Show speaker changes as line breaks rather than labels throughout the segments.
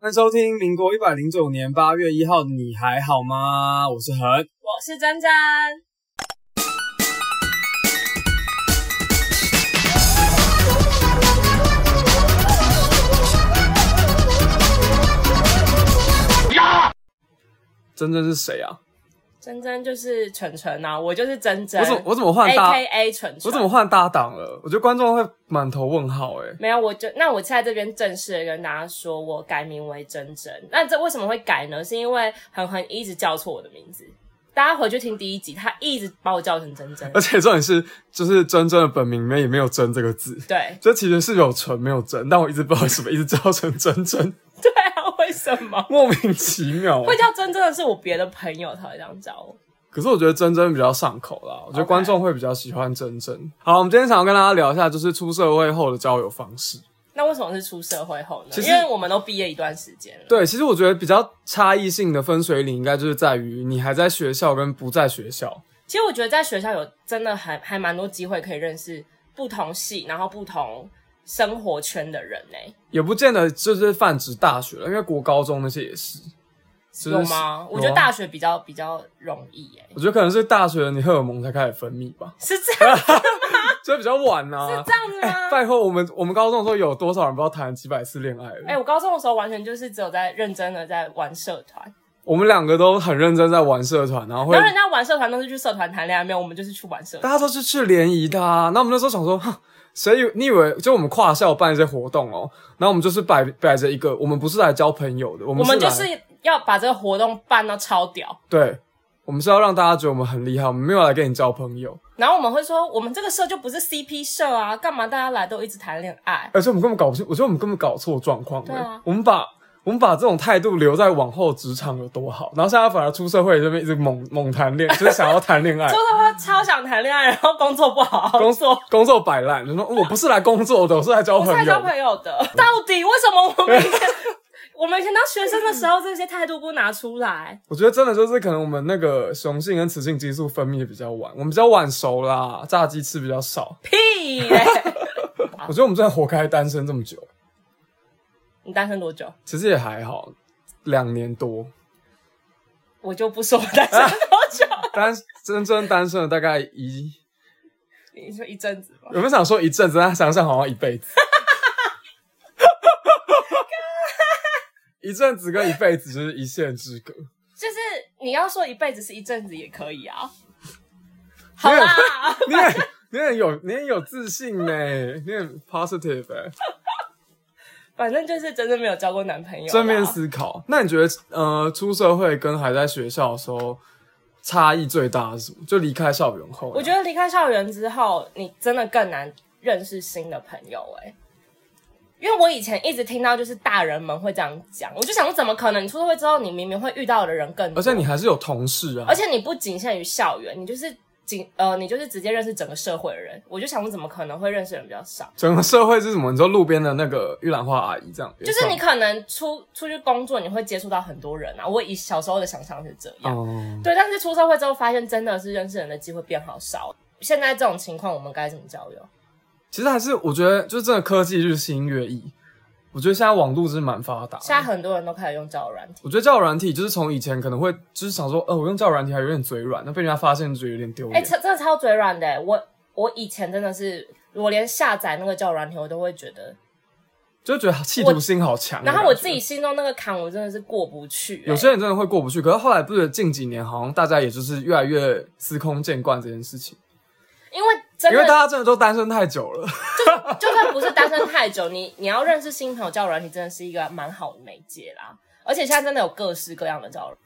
欢迎收听民国一百零九年八月一号，你还好吗？我是恒，
我是詹詹。
真真是谁啊？
珍珍就是纯纯啊，我就是珍珍
我怎么我怎么换
，A 啊
搭
K？A 纯纯。
我怎么换搭档了？我觉得观众会满头问号哎、
没有？我就那我现在这边正式的跟大家说，我改名为珍珍。那这为什么会改呢？是因为恒恒一直叫错我的名字。大家回去听第一集，他一直把我叫成珍 珍
而。且重点是，就是真真的本名里面也没有“真”这个字，
对
这其实是有“纯”没有“真”，但我一直不知道为什么一直叫成真真，
对啊，为什么？
莫名其妙。啊
会叫珍珍的是我别的朋友才会这样叫我。
可是我觉得真真比较上口啦，我觉得
OK
观众会比较喜欢真真。好，我们今天想要跟大家聊一下，就是出社会后的交友方式。
那为什么是出社会后呢？
其实
因为我们都毕业一段时间了。
对，其实我觉得比较差异性的分水岭，应该就是在于你还在学校跟不在学校。
其实我觉得在学校有真的还还蛮多机会可以认识不同系，然后不同生活圈的人欸呢、
也不见得就是泛指大学了，因为国高中那些也是，就是
有吗？我觉
有
得
啊
大学比较比较容易耶、
我觉得可能是大学你荷尔蒙才开始分泌吧，
是这 样
所以比较晚呐、
是
啊。
这样 子吗？
拜托，我们我们高中的时候有多少人不知道谈了几百次恋爱了？
哎、我高中的时候完全就是只有在认真的在玩社团，
我们两个都很认真在玩社团，然后会
然后人家玩社团都是去社团谈恋爱，没有我们就是去玩社
大
团。
家都是去联谊的、啊。那我们那时候想说，哼谁以为你以为就我们跨校办一些活动哦？然后我们就是摆摆着一个，我们不是来交朋友的，我们
我们就
来
是要把这个活动办到超屌，
对，我们是要让大家觉得我们很厉害，我们没有来跟你交朋友，
然后我们会说我们这个社就不是 CP 社啊，干嘛大家来都一直谈恋爱？
而且我们根本搞不清，我觉得我们根本搞错状况了。
对啊
我们把我们把这种态度留在往后职场有多好，然后现在反而出社会这边一直猛猛谈恋，就是想要谈 恋爱
就。是会超想谈恋爱，然后工作不好好
哎工
做，
工作摆烂，就说我不是来工作的，我是来交
我是
朋
来交
友。
朋友的。到底为什么我们以前 我们以前当学生的时候，这些态度不拿出来？
我觉得真的就是可能我们那个雄性跟雌性激素分泌的比较晚，我们比较晚熟啦，炸鸡吃比较少。
屁嘞！
我觉得我们真的活该单身这么久，
你单身多久？
其实也还好，两年多。
我就不说我单身多久。
单真正单身了大概一，
你说一阵子吗？
有没有想说一阵子？但想想好像一 辈子。一阵子跟一辈子就是一线之隔。
就是你要说一辈子是一阵子也可以啊。
没
好
有
啦，
你很你很有你很有自信呢、你很 positive 哎、
反正就是真的没有交过男朋友啦。啊
正面思考。那你觉得呃，出社会跟还在学校的时候差异最大的是什么？就离开校园后，
我觉得离开校园之后，你真的更难认识新的朋友哎、因为我以前一直听到就是大人们会这样讲，我就想说怎么可能？你出社会之后，你明明会遇到的人更多，
而且你还是有同事啊
而，且你不仅限于校园，你就是仅呃，你就是直接认识整个社会的人。我就想说怎么可能会认识的人比较少？
整个社会是什么？你说路边的那个玉兰花阿姨这样，
就是你可能出出去工作，你会接触到很多人啊。我以小时候的想象是这样，
哦、
对，但是出社会之后，发现真的是认识人的机会变好少。现在这种情况，我们该怎么交友？
其实还是我觉得，就是真的科技日新月异。我觉得现在网络真的蛮发达的。
现在很多人都开始用交友软体。
我觉得交友软体就是从以前可能会就是想说，呃，我用交友软体还有点嘴软，那被人家发现就有点丢
哎、
脸。
超真的超嘴软的欸、我我以前真的是，我连下载那个交友软体，我都会觉得，
就觉得企图心好强。
然后
那
我
感觉
自己心中那个坎，我真的是过不去欸、
有些人真的会过不去，可是后来不是近几年好像大家也就是越来越司空见惯这件事情，
因为真
因为大家
的，
真的都单身太久了。
就算不是单身太久，你你要认识新朋友，交友软体真的是一个蛮好的媒介啦。而且现在真的有各式各样的交友软体，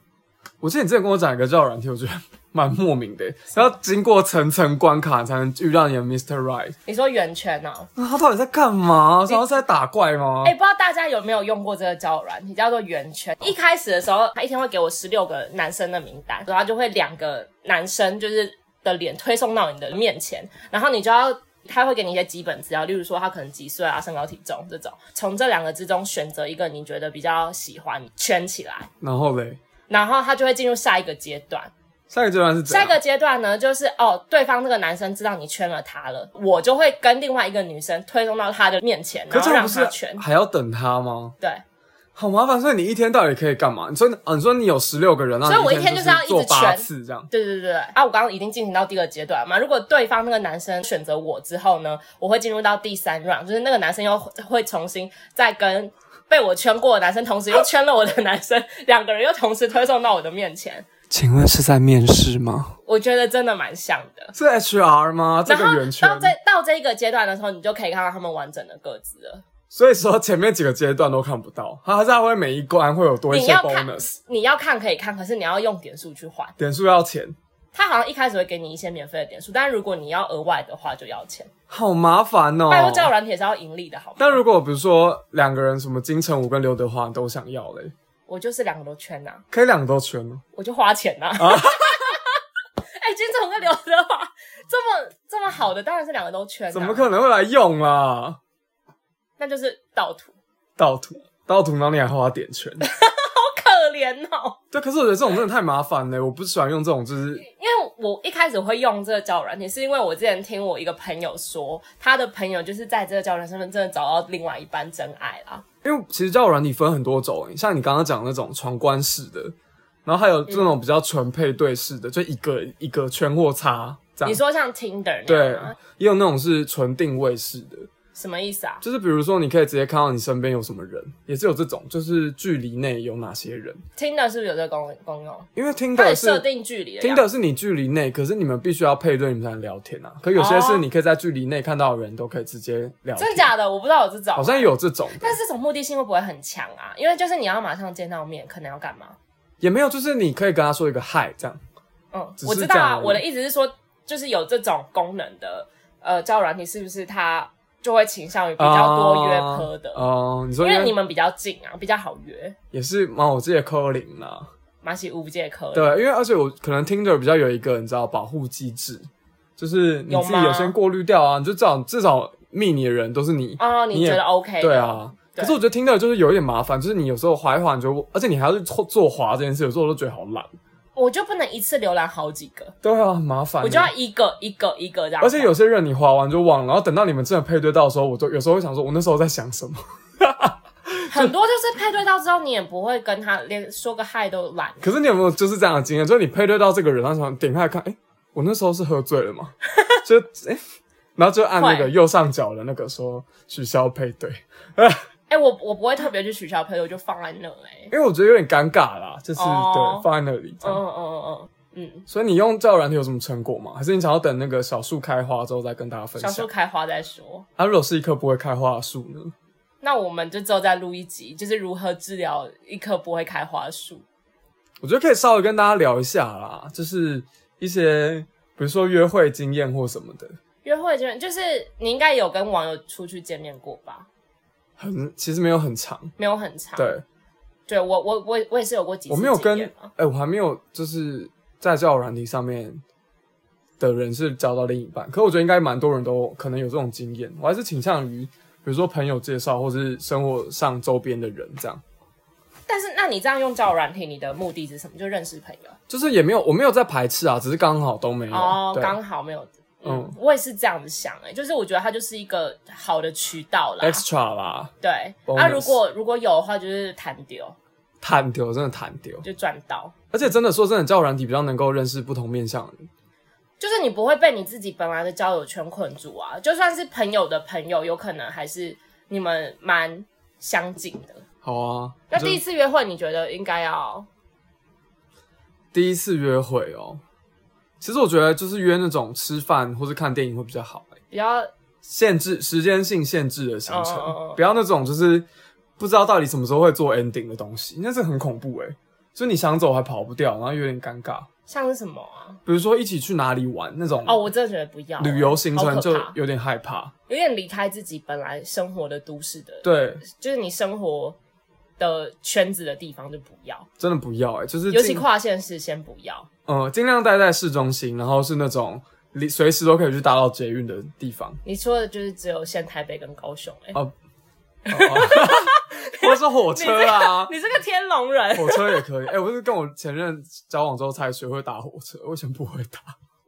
我记得你之前跟我讲一个交友软体，我觉得蛮莫名的，然后经过层层关卡才能遇到你的 Mr. Right，
你说圆圈哦、
那他到底在干嘛？然后在打怪吗？
哎、不知道大家有没有用过这个交友软体，叫做圆圈。一开始的时候，他一天会给我十六个男生的名单，然后就会两个男生就是的脸推送到你的面前，然后你就要。他会给你一些基本资料，例如说他可能几岁啊、身高体重这种，从这两个之中选择一个你觉得比较喜欢，圈起来，
然后嘞，
然后他就会进入下一个阶段。
下一个阶段是怎
下一
样？
个阶段呢，就是哦，对方这个男生知道你圈了他了，我就会跟另外一个女生推送到他的面前，
可是
然后
这样
让
不
他
是
圈。
还要等他吗？
对，
好麻烦。所以你一天到底可以干嘛？你说，啊、你说你有十六个人，
所以我
一
一天
就
就是要一直
做八
圈
次这样。
对对对对啊！我刚刚已经进行到第二阶段了嘛。如果对方那个男生选择我之后呢，我会进入到第三 round，就是那个男生又会重新再跟被我圈过的男生，同时又圈了我的男生，两个人又同时推送到我的面前。
请问是在面试吗？
我觉得真的蛮像的。
是 HR 吗？这
然
个
后
圆圈
到。这到这一个阶段的时候，你就可以看到他们完整的各自了。
所以说前面几个阶段都看不到，它它会每一关会有多一
你
些
要看
bonus，，
你要看可以看，可是你要用点数去换。
点数要钱，
他好像一开始会给你一些免费的点数，但如果你要额外的话，就要钱。
好麻烦哦、
拜托，交友软体也是要盈利的，好吗？
但如果比如说两个人什么金城武跟刘德华你都想要嘞，
我就是两个都圈啊呐、
可以两个都圈吗？
我就花钱呐、
啊
哎、金城跟刘德华这么这么好的，当然是两个都圈、啊，
怎么？可能会来用啊？
那就是盗图，
盗图，盗图，然后你还花点圈。
好可怜哦。
对，可是我觉得这种真的太麻烦了，我不喜欢用这种，就是
因为我一开始会用这个交友软体，是因为我之前听我一个朋友说，他的朋友就是在这个交友软体上面真的找到另外一半真爱啦。
因为其实交友软体分很多种，欸像你刚刚讲的那种闯关式的，然后还有这种比较纯配对式的，就一个一个圈或叉这
你
样。
说像 Tinder 那
对
样吗，
也有那种是纯定位式的，
什么意思啊？
就是比如说你可以直接看到你身边有什么人，也是有这种，就是距离内有哪些人。
Tinder 是不是有这个功功用？
因为听
它
的
有
是
设定距离的
听
呀。
的是你距离内，可是你们必须要配对，你们才能聊天啊。可有些是你可以在距离内看到的人都可以直接聊天，
哦真假的？我不知道有这种，
好像有这种的，
但是这种目的性会不会很强啊？因为就是你要马上见到面，可能要干嘛？
也没有，就是你可以跟他说一个嗨这样。
嗯
只，是
我知道
这样
啊。
而已
我的意思是说，就是有这种功能的呃交友软体，是不是它就会倾向于比较多约
科
科的？
哦、你说
因为你
们
们比较近啊，比较好约，
也是蛮我自己的扣零啦，
马西无界科。
对，因为而且我可能听着比较有一个你知道保护机制，就是你
有
自己
吗
有先过滤掉啊，你就至少至少密你的人都是你
哦，
你
你
也
觉得 OK？的
对，啊。
对
可是我觉得听着就是有一点麻烦，就是你有时候滑一滑，你就而且你还要去做做滑这件事，有时候我都觉得好懒。
我就不能一次浏览好几个，
对啊，很麻烦欸。
我就要啊一个一个一个这样。
而且有些人你滑完就忘了，然后等到你们真的配对到的时候，我都有时候会想说，我那时候在想什么？
很多就是配对到之后，你也不会跟他连说个嗨都懒。
可是你有没有就是这样的经验？就是你配对到这个人，然后想点开来看，哎、我那时候是喝醉了吗？ 就哎、然后就按那个
会
右上角的那个说取消配对，
哎、我我不会特别去取消配对，我就放在那哎、
因为我觉得有点尴尬啦，就是、
哦
对放在那里这
嗯
样。
嗯嗯嗯嗯，
所以你用交友软体有什么成果吗？还是你想要等那个小树开花之后再跟大家分
小树
享？
开花再说。
它、如果是一棵不会开花的树呢？
那我们就之后再录一集，就是如何治疗一棵不会开花的树。
我觉得可以稍微跟大家聊一下啦，就是一些比如说约会经验或什么的。
约会就是就是你应该有跟网友出去见面过吧？
很其实没有很长，
没有很长。，
对
对我我我我也是有过几次
我没有跟
经验啊
哎
嘛、
我还没有就是在交友软体上面的人是交到另一半，可我觉得应该蛮多人都可能有这种经验，我还是倾向于比如说朋友介绍或是生活上周边的人这样，
但是那你这样用交友软体，你的目的是什么？就认识朋友
就是也没有我没有在排斥啊，只是刚好都没有，
哦，
对
刚好没有。嗯
嗯，
我也是这样子想哎、就是我觉得它就是一个好的渠道啦。
extra 啦，
对，
bonus
啊，如果如果有的话，就是弹丢
弹丢真的弹丢，
就赚到。
而且真的说真的，交友软体比较能够认识不同面向的人，
就是你不会被你自己本来的交友圈困住啊，就算是朋友的朋友，有可能还是你们蛮相近的。
好啊，
那
就
第一次约会，你觉得应该要
第一次约会哦。其实我觉得就是约那种吃饭或是看电影会比较好、欸
比较
限制时间性限制的行程，
嗯嗯嗯嗯
不要那种就是不知道到底什么时候会做 ending 的东西，那是很恐怖诶、就你想走还跑不掉，然后有点尴尬。
像是什么啊？
比如说一起去哪里玩那种
哦，我真的觉得不要
嗯旅游行程
好
就
可怕
有点害怕。
有点离开自己本来生活的都市的，，
对，
就是你生活的圈子的地方就不要，
真的不要诶、就是
尤其
尽
跨县市先不要。
呃尽量待在市中心，然后是那种离随时都可以去搭到捷运的地 方。
你说的就是只有限台北跟高雄、欸，哎、
哦哦哦或者是火车啊，
你这个天龙人，
火车也可以。哎、我是跟我前任交往之后才学会搭火车，我以前不会搭。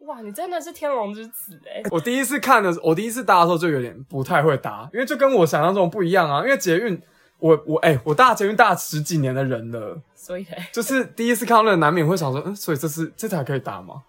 哇，你真的是天龙之子哎、
我第一次看的时候，我第一次搭的时候就有点不太会搭，因为就跟我想象中不一样啊。因为捷运我我哎、我大捷运大十几年的人了，
所以欸嘞
就是第一次看到那个，难免会想说，嗯，所以这是这台可以打吗？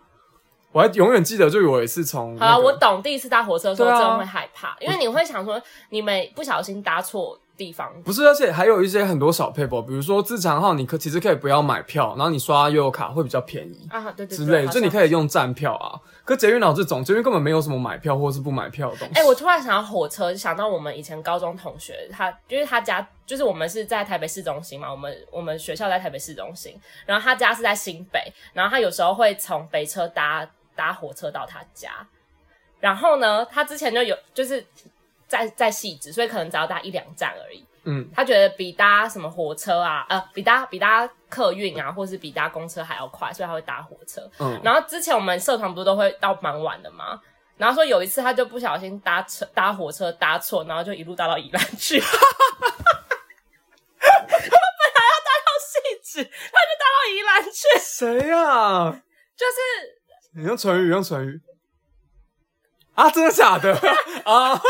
我还永远记得，就有一次从、
好
那
了，
个
我懂第一次搭火车的时候
对啊
真的会害怕，因为你会想说，你们不小心搭错地方，
不是，而且还有一些很多小 paper，比如说自强号，你可其实可以不要买票，然后你刷悠游卡会比较便宜
啊，对对对，
之类的，
好像
就你可以用站票啊。可捷运老这种，捷运根本没有什么买票或是不买票的东西。
哎、我突然想到火车，想到我们以前高中同学，他因为他家就是我们是在台北市中心嘛，我们我们学校在台北市中心，然后他家是在新北，然后他有时候会从北车搭搭火车到他家，然后呢，他之前就有就是在在汐止，所以可能只要搭一两站而已。
嗯，
他觉得比搭什么火车啊，呃，比搭比搭客运啊，或是比搭公车还要快，所以他会搭火车。
嗯，
然后之前我们社团不是都会到蛮晚的吗？然后说有一次他就不小心搭车搭火车搭错，然后就一路搭到宜兰去。 他本来要搭到汐止，他就搭到宜兰去，
谁呀、啊？
就是
你用唇语，用唇语啊？真的假 的啊？啊，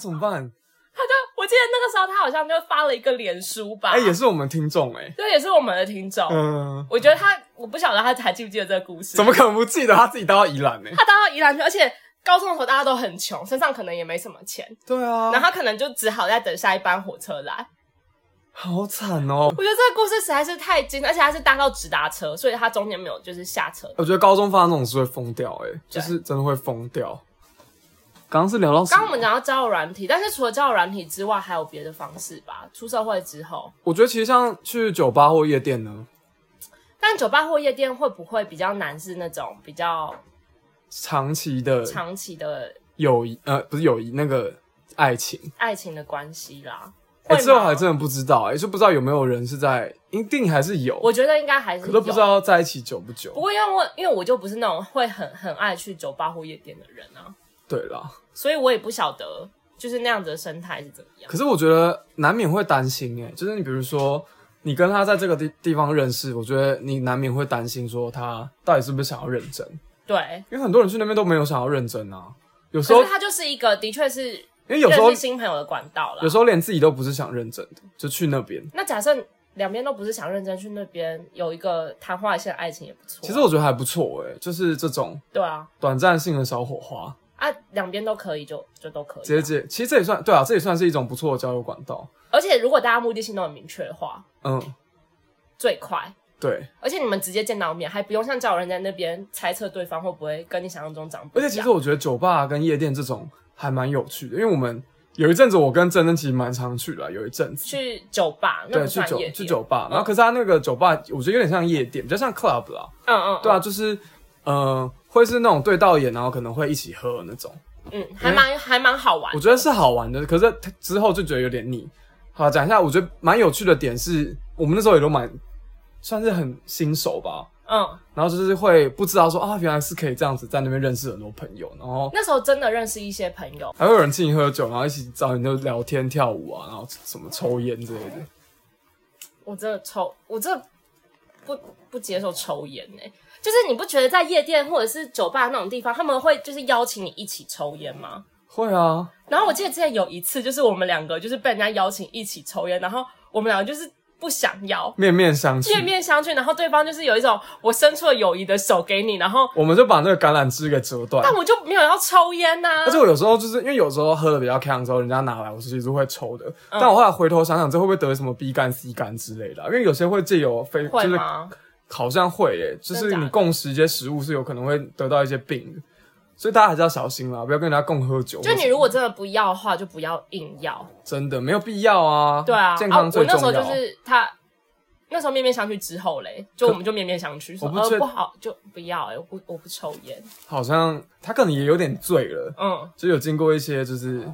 怎么办？
他就我记得那个时候他好像就发了一个脸书吧，
哎、也是我们听众哎、
对，也是我们的听众。
嗯，
我觉得他，我不晓得他还记不记得这个故事，
怎么可能不记得他自己搭到宜兰呢、欸
他搭到宜兰去，而且高中的时候大家都很穷，身上可能也没什么钱，
对啊
然，后他可能就只好再等下一班火车来。
好惨哦、
我觉得这个故事实在是太精，而且他是搭到直达车，所以他中间没有就是下车。
我觉得高中发生这种事会疯掉、欸，哎，就是真的会疯掉。刚刚是聊到什
刚
么
刚我们讲到交友软体，但是除了交友软体之外，还有别的方式吧？出社会之后，
我觉得其实像去酒吧或夜店呢，
但酒吧或夜店会不会比较难？是那种比较
长期的
长期的
友谊，呃，不是友谊，那个爱情，
爱情的关系啦？
哎、
会
这我
吗
还真的不知道、哎，就不知道有没有人是在，一定还是有，
我觉得应该还是
可都不知
有。
道在一起久不
不
久。
过因为我因为我就不是那种会很很爱去酒吧或夜店的人啊，
对啦，
所以我也不晓得就是那样子的生态是怎么样。
可是我觉得难免会担心、哎，就是你比如说。你跟他在这个地地方认识，我觉得你难免会担心说他到底是不是想要认真，
对，
因为很多人去那边都没有想要认真啊。有时候
可是，它就是一个的确是
因为有时候
认识新朋友的管道啦。
有时候连自己都不是想认真的，就去那边。
那假设两边都不是想认真去那边，有一个昙花一现的爱情也不错啊。
其实我觉得还不错诶、就是这种
对啊，
短暂性的小火花，
啊，两边都可以就就都可以啊、
直接接。其实这也算对啊，这也算是一种不错的交友管道。
而且如果大家目的性都很明确的话，
嗯，
最快。
对。
而且你们直接见到面，还不用像叫人在那边猜测对方会不会跟你想象中长不
而且
一样。
其实我觉得酒吧跟夜店这种还蛮有趣的，因为我们有一阵子我跟珍珍其实蛮常去的啊，有一阵子。
去酒吧，那
对，
不
去
算
酒
夜店
去酒，吧，
嗯
然后可是他那个酒吧，我觉得有点像夜店，比较像 club 啦。
嗯嗯，嗯
对啊，，就是呃，会是那种对到眼，然后可能会一起喝那种。
嗯，还蛮还蛮好玩
我。觉得是好玩的，可是之后就觉得有点腻。好，讲一下，我觉得蛮有趣的点是，我们那时候也都蛮算是很新手吧，
嗯，
然后就是会不知道说啊，原来是可以这样子在那边认识很多朋友，然后
那时候真的认识一些朋友，
还会有人请你喝酒，然后一起找你就聊天、跳舞啊，然后什么抽烟之类的。
我真的抽，我真的不不接受抽烟呢、就是你不觉得在夜店或者是酒吧那种地方，他们会就是邀请你一起抽烟吗？
会啊，
然后我记得之前有一次，就是我们两个就是被人家邀请一起抽烟，然后我们两个就是不想要，
面面相觑。
面面相觑，然后对方就是有一种我伸出了友谊的手给你，然后
我们就把那个橄榄枝给折断。
但我就没有要抽烟啊呐、
而且我有时候就是因为有时候喝的比较呛之后，人家拿来我其实会抽
嗯
的。但我后来回头想想，这会不会得什么 B 肝、C 肝之类的啊、因为有些会借由非就
会
是
吗？
好像会耶，就
真
是
的假的
你共食一些食物是有可能会得到一些病的，所以大家还是要小心啦，不要跟人家共喝酒。
就你如果真的不要的话，就不要硬要。
真的没有必要啊，
对啊，
健康
啊我
最
那
重
时
要。
候就是他那时候面面相觑之后嘞，就我们就面面相觑，说
我不确
呃不好就不要哎、我不我不抽烟，
好像他可能也有点醉了，
嗯
就有经过一些就是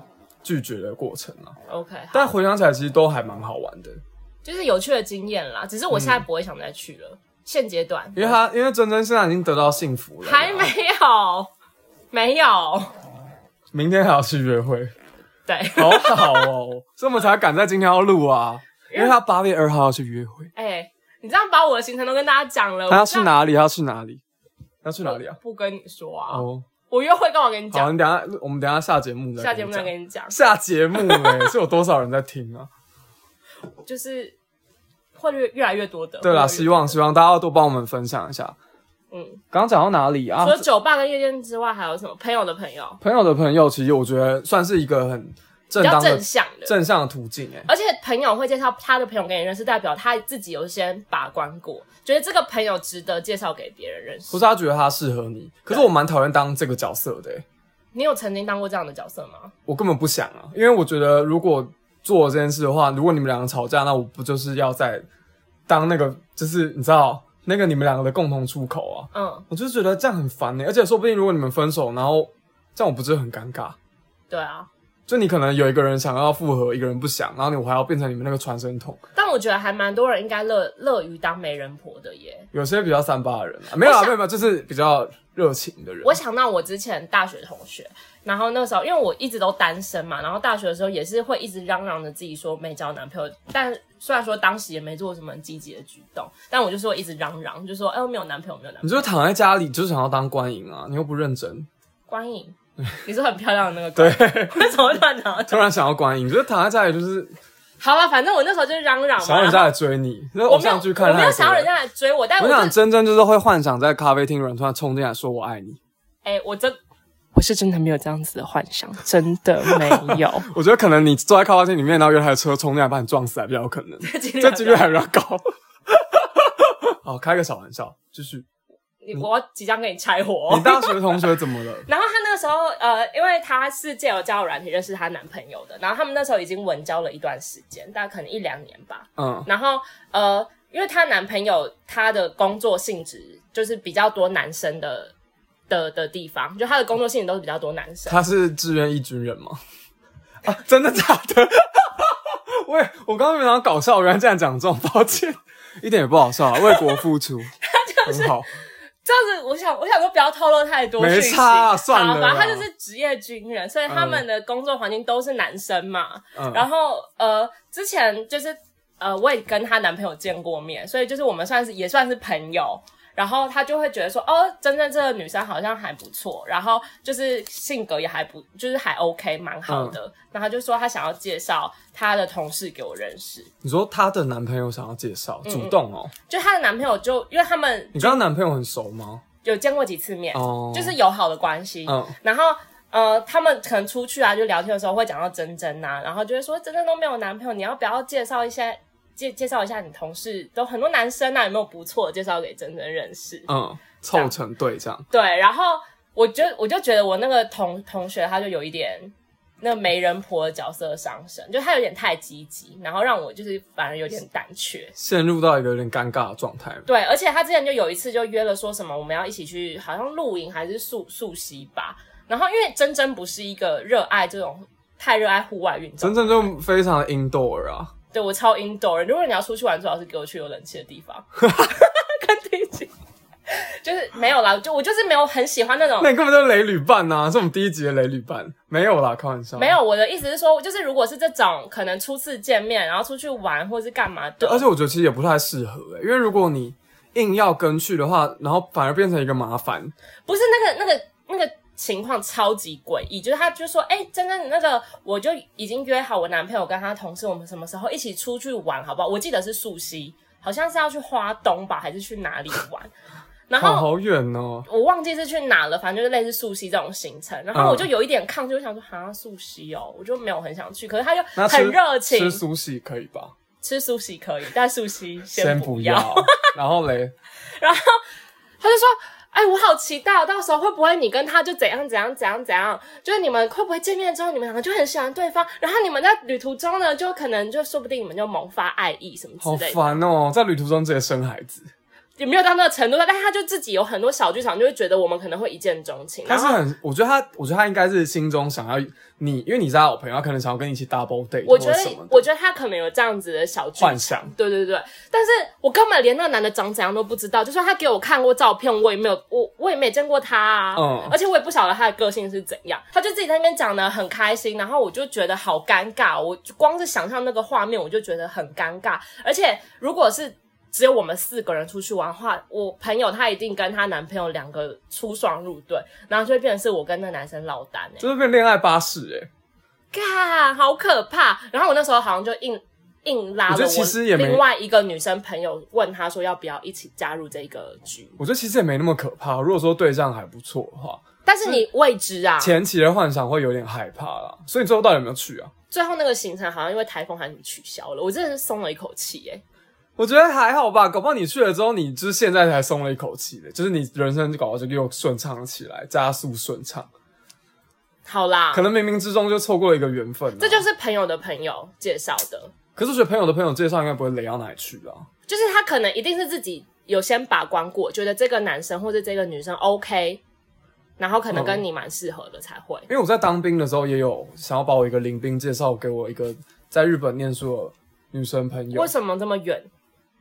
拒绝的过程啊。
，OK，好
但回想起来，其实都还蛮好玩的，
就是有趣的经验啦。只是我现在不会想再去了，现阶段
嗯因为他因为珍珍现在已经得到幸福了啦，
还没有没有
明天还要去约会，
对，
好好哦，所以我们才敢在今天要录啊，因为他八月二号要去约会，
哎、你这样把我的行程都跟大家讲了，
他要
我这
去
样
哪里？他要去哪里？要去哪里啊？
不跟你说啊，
哦，
我约会干嘛跟你
好，
讲？
你等一下，我们等一下下节目再
下节目再
你
跟你讲
讲。。下节目哎、是有多少人在听啊？
就是会越越来越多的。
对啦，
会越来越
希望希望大家多帮我们分享一下。
嗯，
刚刚讲到哪里啊
除？了酒吧跟夜店之外，还有什么朋友的朋友
朋友的朋友，其实我觉得算是一个很
比
正
较
当的
正向的，
正向的途径、欸，
而且朋友会介绍他的朋友给你认识，代表他自己有先把关过，觉得这个朋友值得介绍给别人认识
不。是他觉得他适合你，可是我蛮讨厌当这个角色的、欸
你有曾经当过这样的角色吗？
我根本不想啊，因为我觉得如果做这件事的话，如果你们两个吵架，那我不就是要在当那个就是你知道那个你们两个的共同出口啊？
嗯，
我就是觉得这样很烦欸呢、而且说不定如果你们分手，然后这样我不是很尴尬？
对啊，
就你可能有一个人想要复合，一个人不想，然后你我还要变成你们那个传声筒。
但我觉得还蛮多人应该乐乐于当媒人婆的耶。
有些比较三八的人啊，没有啊，
我想
没有没有，就是比较热情的人。
我想到我之前大学同学，然后那时候因为我一直都单身嘛，然后大学的时候也是会一直嚷嚷着自己说没交男朋友，但虽然说当时也没做什么很积极的举动，但我就说一直嚷嚷，就说哎、我没有男朋友，没有男朋
你
友。
就躺在家里，就是想要当观影啊，你又不认真，
观影，你是很漂亮 的那个
对
观，影，为什么会突然想到
突
这
然想要观影，你就躺在家里就是
好了，反正我那时候就是嚷嚷
想要人
嘛，然后
家来追你，那
我
偶
没有
像剧看
我没有
太
想要
多
人
了。
家来追我，但
我
我
想
就
真正就是会幻想在咖啡厅，有人突然冲进来说我爱你。
哎、我真我是真的没有这样子的幻想，真的没 有。
我觉得可能你坐在咖啡厅里面，然后有一台车冲进来把你撞死，还比较有可 能，这几率还比较高。 好，开个小玩笑，继续。
你我即将跟你拆伙哦、
你大学同学怎么 了？
然后她那个时候，呃，因为她是借由交友软体认识她男朋友的，然后他们那时候已经稳交了一段时间，大概可能一两年吧。
嗯，
然后呃，因为她男朋友他的工作性质就是比较多男生的的的地方，就他的工作性质都是比较多男生。
他是志愿役军人吗？啊，真的假的？ 喂，我刚刚没想到搞笑，原来这样讲这种，抱歉，一点也不好笑啊，为国付 出，很好。
这样子，我想我想说不要透露太多
没
讯息，
差啊算了
好反
啦
正他就是职业军人，所以他们的工作环境都是男生嘛。
嗯，
然后呃，之前就是呃，我也跟她男朋友见过面，所以就是我们算是也算是朋友。然后她就会觉得说，哦，真正这个女生好像还不错，然后就是性格也还不，就是还 OK，蛮好的。
嗯
然后她就说她想要介绍她的同事给我认识，
你说她的男朋友想要介绍，
嗯
主动哦。
就她的男朋友就因为他们
你跟她男朋友很熟吗？
有见过几次面，
哦，
就是友好的关系。
嗯，
然后呃，他们可能出去啊，就聊天的时候会讲到珍珍呐、然后就会说珍珍都没有男朋友，你要不要介绍一下介介绍一下你同事，都很多男生啊，有没有不错的介绍给珍珍认识？
嗯，凑成对这样，
对，然后我就我就觉得我那个同同学他就有一点。那媒人婆的角色上升，就他有点太积极，然后让我就是反而有点胆怯。
陷入到一个有点尴尬的状态。
对，而且他之前就有一次就约了说什么我们要一起去，好像露营还是溯溯溪吧。然后因为珍珍不是一个热爱这种太热爱户外运动
真，正就非常的 indoor 啊，
对我超 indoor 的。如果你要出去玩，最好是给我去有冷气的地方，跟地景。就是没有啦，就我就是没有很喜欢那种
那你根本就是雷旅伴呐、啊，这种低级的雷旅伴没有啦，开玩笑。
没有我的意思是说，就是如果是这种可能初次见面，然后出去玩或是干嘛的
对，，而且我觉得其实也不太适合、欸，因为如果你硬要跟去的话，然后反而变成一个麻烦。
不是那个那个那个情况超级诡异，就是他就说，哎、真真，你那个我就已经约好我男朋友跟他同事，我们什么时候一起出去玩，好不好？我记得是溯溪，好像是要去花东吧，还是去哪里玩？ 然
好
后
好远哦、
我忘记是去哪了，反正就是类似溯溪这种行程。然后我就有一点抗拒，我想说，哈，溯溪哦，我就没有很想去。可是他就
那吃
很热情，
吃苏西可以吧？
吃苏西可以，但溯溪
不
不要。
然后 嘞，
他就说：“哎，我好期待哦，到时候会不会你跟他就怎样怎样怎样怎样？就是你们会不会见面之后，你们两个就很喜欢对方，然后你们在旅途中呢，就可能就说不定你们就萌发爱意什么
好
之类的，
烦哦、在旅途中直接生孩子，
也没有到那个程度，但但他就自己有很多小剧场，就会觉得我们可能会一见钟情。
他
然
是
后
很，我觉得他，我觉得他应该是心中想要你，因为你是他好朋友，他可能想要跟你一起 double date
我觉
或者什么
得
的，
我觉得他可能有这样子的小剧
幻
场。”
想。
对对对，但是我根本连那个男的长怎样都不知道，就算他给我看过照片，我也没有，我我也没见过他啊，
嗯
而且我也不晓得他的个性是怎样，他就自己在那边讲的很开心，然后我就觉得好尴尬，我就光是想象那个画面，我就觉得很尴尬，而且如果是。只有我们四个人出去玩的话，我朋友她一定跟她男朋友两个出双入对，然后就会变成是我跟那男生落单哎、
就是变恋爱巴士哎、
干，好可怕！然后我那时候好像就硬硬拉
我
了
觉得其
我
实也没
另外一个女生朋友，问她说要不要一起加入这个局。
我觉得其实也没那么可怕。如果说对象还不错的话，
但是你未知啊，
前期的幻想会有点害怕啦。所以你最后到底有没有去啊？
最后那个行程好像因为台风还是取消了，我真的是松了一口气耶、
我觉得还好吧，搞不好你去了之后，你就是现在才松了一口气的，就是你人生搞不好就又顺畅起来，加速顺畅。
好啦，
可能冥冥之中就错过了一个缘分啊、
这就是朋友的朋友介绍的，
可是我觉得朋友的朋友介绍应该不会雷到哪里去啊。
就是他可能一定是自己有先把关过，觉得这个男生或者这个女生 OK，然后可
嗯
能跟你蛮适合的才会。
因为我在当兵的时候也有想要把我一个临兵介绍给我一个在日本念书的女生朋友
为，什么这么远？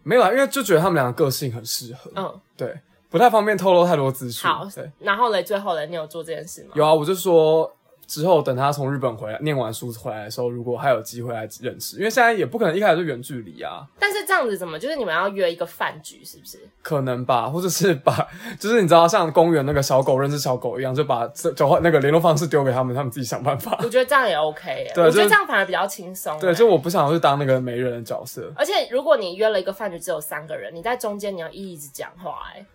没有啊，因为就觉得他们两个个性很适合，
嗯，
对，不太方便透露太多资讯。
好
对，。
然后嘞，最后嘞，你有做这件事吗？
有啊，我就说之后等他从日本回来念完书回来的时候，如果还有机会来认识，因为现在也不可能一开始就远距离啊，
但是这样子怎么？就是你们要约一个饭局，是不是？
可能吧，或者是把， 就是你知道像公园那个小狗认识小狗一样，就把这交换那个联络方式丢给他们，他们自己想办法。
我觉得这样也 OK 耶、
对啊
我
就
觉得
是
这样反而比较轻松、
对，
哎
就我不想去当那个媒人的角色，
而且如果你约了一个饭局只有三个人，你在中间你要一直讲话、哎，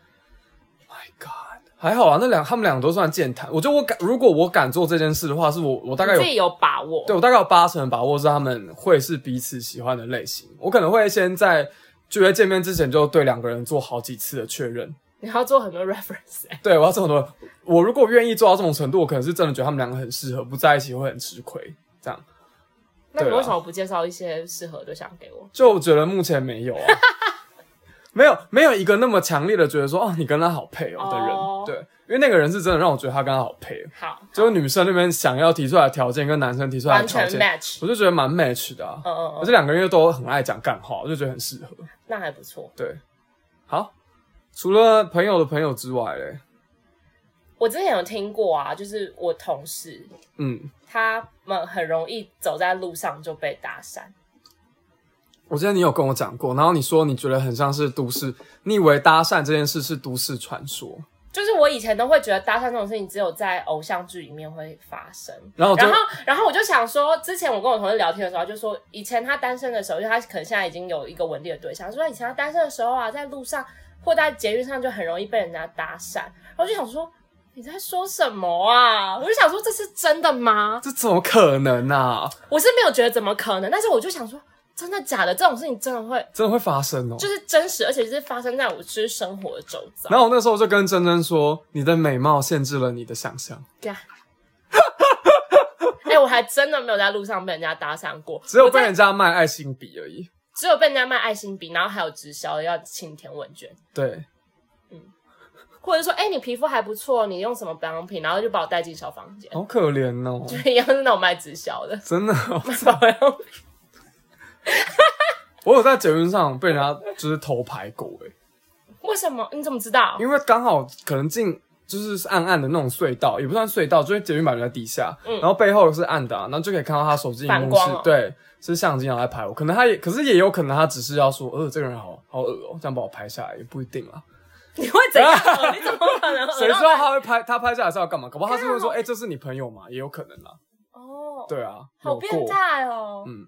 My God，还好啊，那两他们两个都算健谈。我觉得我敢，如果我敢做这件事的话，是我我大概
你
有
自己有把握。
对我大概有八成的把握是他们会是彼此喜欢的类型。我可能会先在聚会见面之前就对两个人做好几次的确 认。
你要做很多 reference，、哎
对我要啊这么多，我如果愿意做到这种程度，我可能是真的觉得他们两个很适合，不在一起会很吃亏。这样
那你
对啊
为什么不介绍一些适合的对象给我？
就我觉得目前没 有啊。没有，没有一个那么强烈的觉得说，哦，你跟他好配哦的人
哦
对，因为那个人是真的让我觉得他跟他好配哦，
好，
就是女生那边想要提出来的条件跟男生提出来
完
的啊条件，
全 match，
我就觉得蛮 match 的啊。
嗯嗯
而
嗯，
且两个人又都很爱讲干话，我就觉得很适合。
那还不错。
对，好，除了朋友的朋友之外，嘞，
我之前有听过啊，就是我同事
嗯，
他们很容易走在路上就被搭讪，
我记得你有跟我讲过，然后你说你觉得很像是都市，你以为搭讪这件事是都市传说，
就是我以前都会觉得搭讪这种事情只有在偶像剧里面会发生。
然哦后我就
然后，然后我就想说，之前我跟我同事聊天的时候，他就说以前他单身的时候，因为他可能现在已经有一个稳定的对象，说以前他单身的时候啊，在路上或在捷运上就很容易被人家搭讪。然后我就想说，你在说什么啊？我就想说这是真的吗？
这怎么可能啊？
我是没有觉得怎么可能，但是我就想说，真的假的？这种事情真的会
真的会发生哦。
就是真实，而且是发生在我就是生活的周遭。
然后我那时候就跟珍珍说，你的美貌限制了你的想象，
干。 哎、我还真的没有在路上被人家搭讪过，
只有
我在
被人家卖爱心笔而已。
只有被人家卖爱心笔，然后还有直销要请填问卷，
对，
或者说，哎、你皮肤还不错，你用什么保养品，然后就把我带进小房间，
好可怜哦，
就 一样是那种卖直销的。
真的 哦、
保养品
我有在捷运上被人家就是偷拍过诶、
为什么？你怎么知道？
因为刚好可能进就是暗暗的那种隧道，也不算隧道，就是捷运板在底下，
嗯
然后背后是暗的、啊，然后就可以看到他手机荧
反
幕是啊
光哦，
对，是相机拿来拍我。可能他也，可是也有可能他只是要说，呃，这个人好好恶哦、这样把我拍下来，也不一定啊。
你会怎样？你怎么可能？
谁知道他会拍？他拍下来是要干嘛？搞呃不好他是
对啊
会说，哎、这是你朋友嘛？也有可能啊。
哦，
对啊，
好
有过
变。态哦。
嗯，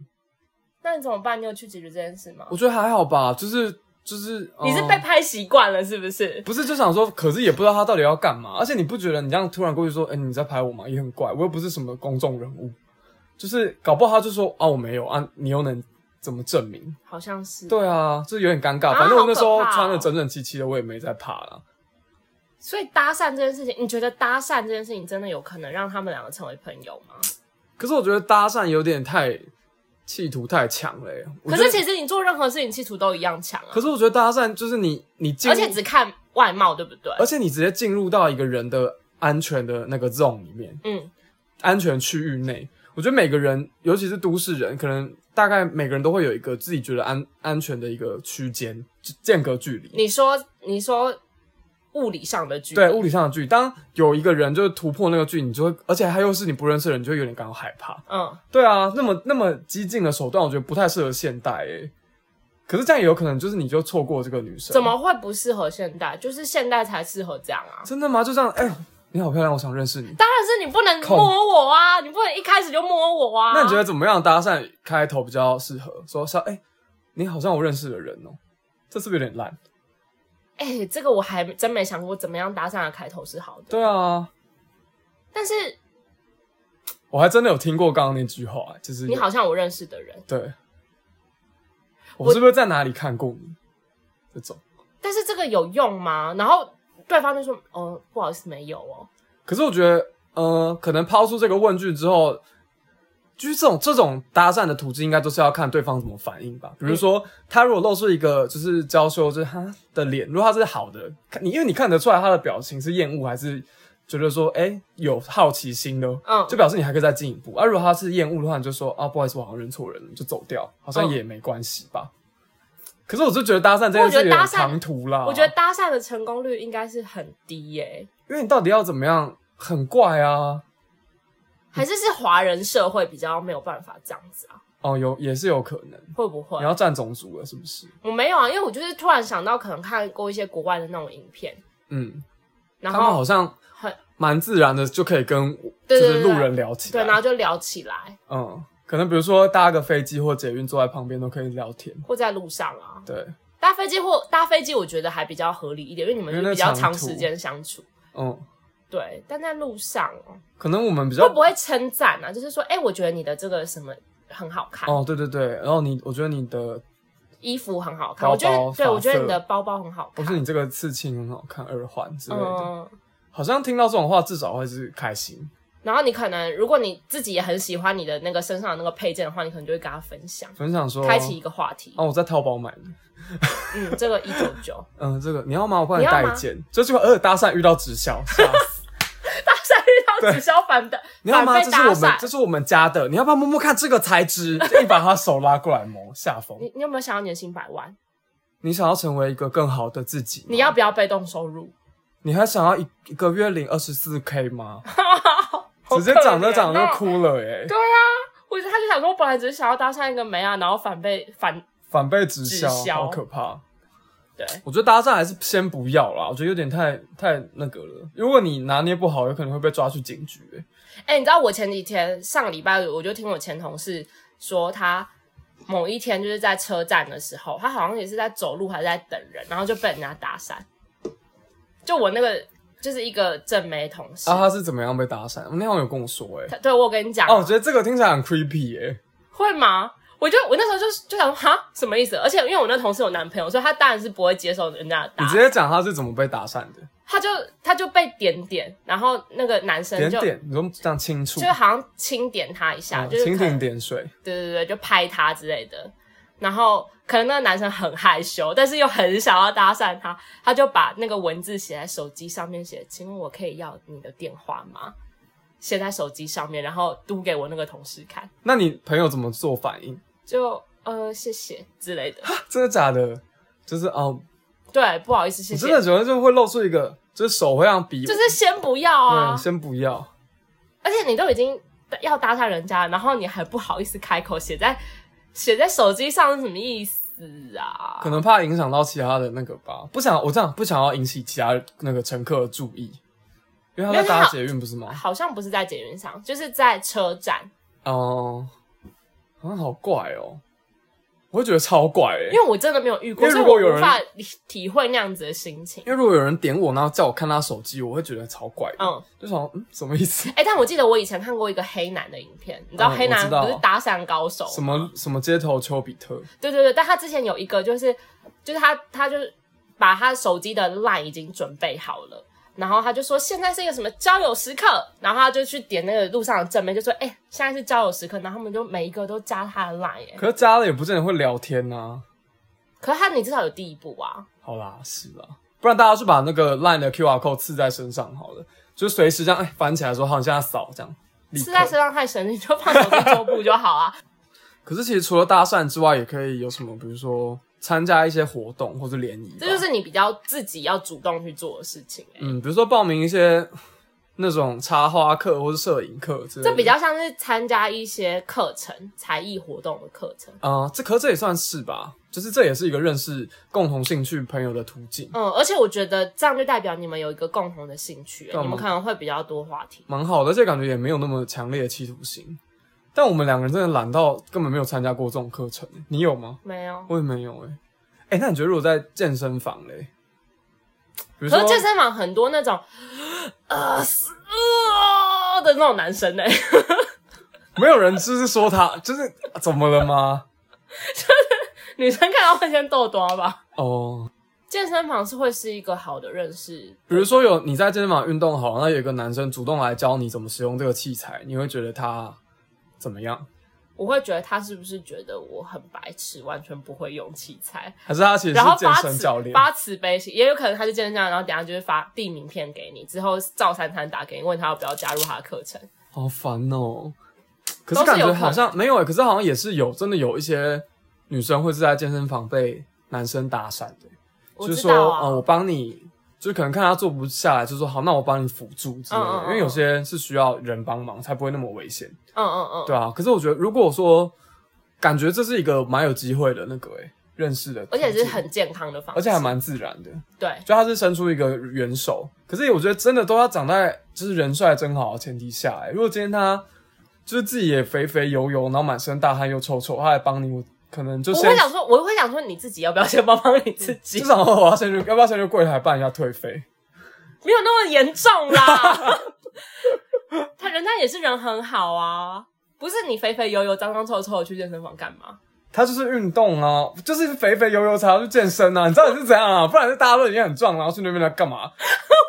那你怎么办？你有去解决这件事吗
我？觉得还好吧，就是就是，
你是
嗯
被拍习惯了是不是？
不是就想说，可是也不知道他到底要干嘛，而且你不觉得你这样突然过去说，哎、你在拍我吗？也很怪，我又不是什么公众人物，就是搞不好他就说啊我没有啊，你又能怎么证明？
好像是。
对啊，这有点尴尬。
啊
反正我那时候
好可怕哦
穿的整整齐齐的，我也没在怕啦。
所以搭讪这件事情，你觉得搭讪这件事情真的有可能让他们两个成为朋友吗？
可是我觉得搭讪有点太企图太强了、欸。我
可
觉得
是其实你做任何事情企图都一样强啊
可，是我觉得搭讪就是你你进
而
入，
且只看外貌，对不对？
而且你直接进入到一个人的安全的那个 zone 里面，
嗯，
安全区域内，我觉得每个人，尤其是都市人，可能大概每个人都会有一个自己觉得安安全的一个区间就间隔距离。
你说你说物理上的距离，
对物理上的距离，当有一个人就是突破那个距离，你就会，而且他又是你不认识的人，你就会有点感到害怕。
嗯，
对啊，那么那么激进的手段，我觉得不太适合现代诶、可是这样也有可能就是你就错过这个女生？
怎么会不适合现代？就是现代才适合这样啊！
嗯真的吗？就这样，哎、呦，你好漂亮，我想认识你。
当然是你不能
控
摸我啊，你不能一开始就摸我啊。
那你觉得怎么样搭讪开头比较适合？说像哎、你好像我认识的人哦、这是不是有点烂？
哎、这个我还真没想过怎么样搭讪的开头是好的。
对啊，
但是
我还真的有听过刚刚那句话、就是
你好像我认识的人，
对，
我
我是不是在哪里看过你？这种，
但是这个有用吗？然后对方就说：“哦，不好意思，没有哦。
可是我觉得，呃，可能抛出这个问句之后，就是这种这种搭讪的途径，应该都是要看对方怎么反应吧。
嗯
比如说，他如果露出一个就是娇羞，就是他的脸，如果他是好的，看你因为你看得出来他的表情是厌恶还是觉得说，哎、有好奇心的，哦
嗯
就表示你还可以再进一步。而、啊如果他是厌恶的话，你就说啊，不好意思，我好像认错人了，你就走掉，好像
嗯
也没关系吧。可是我就觉得搭讪这
我
件
觉得
事有点
搭讪
长途啦，
我觉得搭讪的成功率应该是很低耶、
因为你到底要怎么样，很怪啊。
还是是华人社会比较没有办法这样子啊？
哦，有也是有可能，
会不会
你？要占种族了是不是？
我没有啊，因为我就是突然想到，可能看过一些国外的那种影片，
嗯，
然
他们好
后
像
很
蛮自然的就可以跟就
对对
是
对
路人聊起
对，
来，
然后就聊起来，
嗯，可能比如说搭个飞机或捷运，坐在旁边都可以聊天，
或在路上啊，
对，
搭飞机或搭飞机，我觉得还比较合理一点，因为你们
因为
就
那
比较
长
长
途
时间相处。
嗯，
对，但在路上哦，
可能我们比较
会不会称赞啊？就是说，哎、我觉得你的这个什么很好看，
哦，对对对，然后你，我觉得你的
衣服很好看，
包包
我觉得，对
发
我觉得
色
你的包包很好
不
看，
是你这个刺青很好看，耳环之类的，
嗯。
好像听到这种话至少会是开心，
然后你可能，如果你自己也很喜欢你的那个身上的那个配件的话，你可能就会跟他分享，
分享说
开启一个话题。
哦，我在淘宝买的，
嗯，这个一九九，
嗯，这个你要吗？我帮
你要
带
吗
一件，就结果呃搭讪遇到直销，吓死。
搭讪遇到直销反的，
你要
反
吗？
被
这是
搭
我们，这
讪。
是我们家的，你要不要摸摸看这个材 质？就硬把他手拉过来摸下风。
你你有没有想要年薪百万？
嗯你想要成为一个更好的自己吗？
你要不要被动收入？
你还想要一一个月领二十四 k 吗？
好
直接
可
讲着
怜
讲着
哦
就哭了耶、
对啊，我他就想说，我本来只是想要搭讪一个美啊，然后反被反
反被直销，
直销
好可怕！
对，
我觉得搭讪还是先不要啦，我觉得有点太太那个了。如果你拿捏不好，有可能会被抓去警局、欸。
哎、你知道我前几天上个礼拜我就听我前同事说，他某一天就是在车站的时候，他好像也是在走路还是在等人，然后就被人家搭讪。就我那个就是一个正妹同事，
啊，他是怎么样被搭讪？你好像有跟我说、欸，
他对我有跟你讲，
哦，我觉得这个听起来很 creepy 耶、
会吗？我就我那时候就就想说哈什么意思？而且因为我那同事有男朋友，所以他当然是不会接受人家的搭
你直
讪，
接讲他是怎么被搭讪的，
他就他就被点点，然后那个男生
点
就
点，你说这样轻触
就，好像轻点他一下，
嗯
就是
蜻
可能
蜓点水。
对对对，就拍他之类的。然后可能那个男生很害羞，但是又很想要搭讪他，他就把那个文字写在手机上面，写“请问我可以要你的电话吗？”写在手机上面，然后嘟给我那个同事看，
那你朋友怎么做反应？
就呃谢谢之类的。
真的假的？就是哦，
对，不好意思，谢
我
谢
真。的觉得就会露出一个，就是手会让比，
就是先不要啊
对，，先不要。
而且你都已经要搭讪人家了，然后你还不好意思开口写在写在手机上是什么意思啊？
可能怕影响到其他的那个吧，不想我这样不想要引起其他那个乘客的注意，因为他
没有
在搭
他好
捷运不是吗？
好像不是在捷运上，就是在车站。
哦、好像好怪哦，我会觉得超怪欸诶、
哎因为我真的没有遇过，
因为
所以
如果
我
有人
无法理体会那样子的心情。
因为如果有人点我，然后叫我看他手机，我会觉得超怪的，
嗯，
就想嗯什么意思？
哎、但我记得我以前看过一个黑男的影片，你知道
嗯
黑
我
男
知道
不是搭讪高手？
什么什么街头丘比特？
对对对，但他之前有一个就是，就是他他就是把他手机的 line 已经准备好了，然后他就说现在是一个什么交友时刻，然后他就去点那个路上的正妹，就说哎、现在是交友时刻，然后他们就每一个都加他的 line 哎、
可是加了也不见得会聊天呐、啊。
可是他你至少有第一步啊，
好啦，是啦，不然大家就把那个 LINE 的 QR code 刺在身上好了，就随时这样哎翻起来说好，你现在扫这样。立刻
刺在身上太神经，就放手机桌布就 好啊。
可是其实除了搭讪之外，也可以有什么，比如说参加一些活动或者联谊吧，嗯
这就是你比较自己要主动去做的事情、欸。
嗯，比如说报名一些 那种插花课或是摄影课之类的。
这比较像是参加一些课程、才艺活动的课程。
啊、这可这也算是吧，就是这也是一个认识共同兴趣朋友的途径，
嗯，而且我觉得这样就代表你们有一个共同的兴趣，
干嘛
你们可能会比较多话题。
蛮好的，而且感觉也没有那么强烈的企图心。但我们两个人真的懒到根本没有参加过这种课程，你有吗？
没有，
我也没有哎、欸。哎、那你觉得如果在健身房嘞？比如
可
说
是健身房很多那种呃死呃的那种男生呢、欸
没有人就是说他就是啊怎么了吗？
女生看到会先逗多吧。
哦，
健身房是会是一个好的认识，
比如说有你在健身房运动好，那有一个男生主动来教你怎么使用这个器材，你会觉得他怎么样？
我会觉得他是不是觉得我很白痴，完全不会用器材，
还是他其实
然后
是健
发
身教
慈
练？
发慈悲心，也有可能他是健身教练，然后等一下就是发递名片给你，之后照三餐打给你，问他要不要加入他的课程。
好烦哦、可
都
是
是
感
有
觉
可能
好像没有欸、可是好像也是有，真的有一些女生会是在健身房被男生搭讪的、
我
就是
知
说，
道啊，
呃，我帮你，就是可能看他做不下来，就说好，那我帮你辅助之类的，
嗯嗯嗯
因为有些是需要人帮忙，才不会那么危险，
嗯嗯嗯，
对啊。可是我觉得，如果说感觉这是一个蛮有机会的那个、欸，认识的，
而且是很，健康的方式，
而且还蛮自然的，
对，
就他是伸出一个援手，可是我觉得真的都要长在就是人帅真好的前提下、欸。如果今天他就是自己也肥肥油油，然后满身大汗又臭臭，他来帮你，我可能就
我
先嗯
会想说，我会想说你自己要不要先帮帮你自己
至，少我要先去，要不要先去柜台办一下退费？
没有那么严重 啦。他人家也是人很好啊，不是你肥肥油油、脏脏臭臭的去健身房干嘛？
他就是运动啊，就是肥肥油油才要去健身啊，你知道你是怎样啊？不然是大家都已经很壮，然后去那边来干嘛？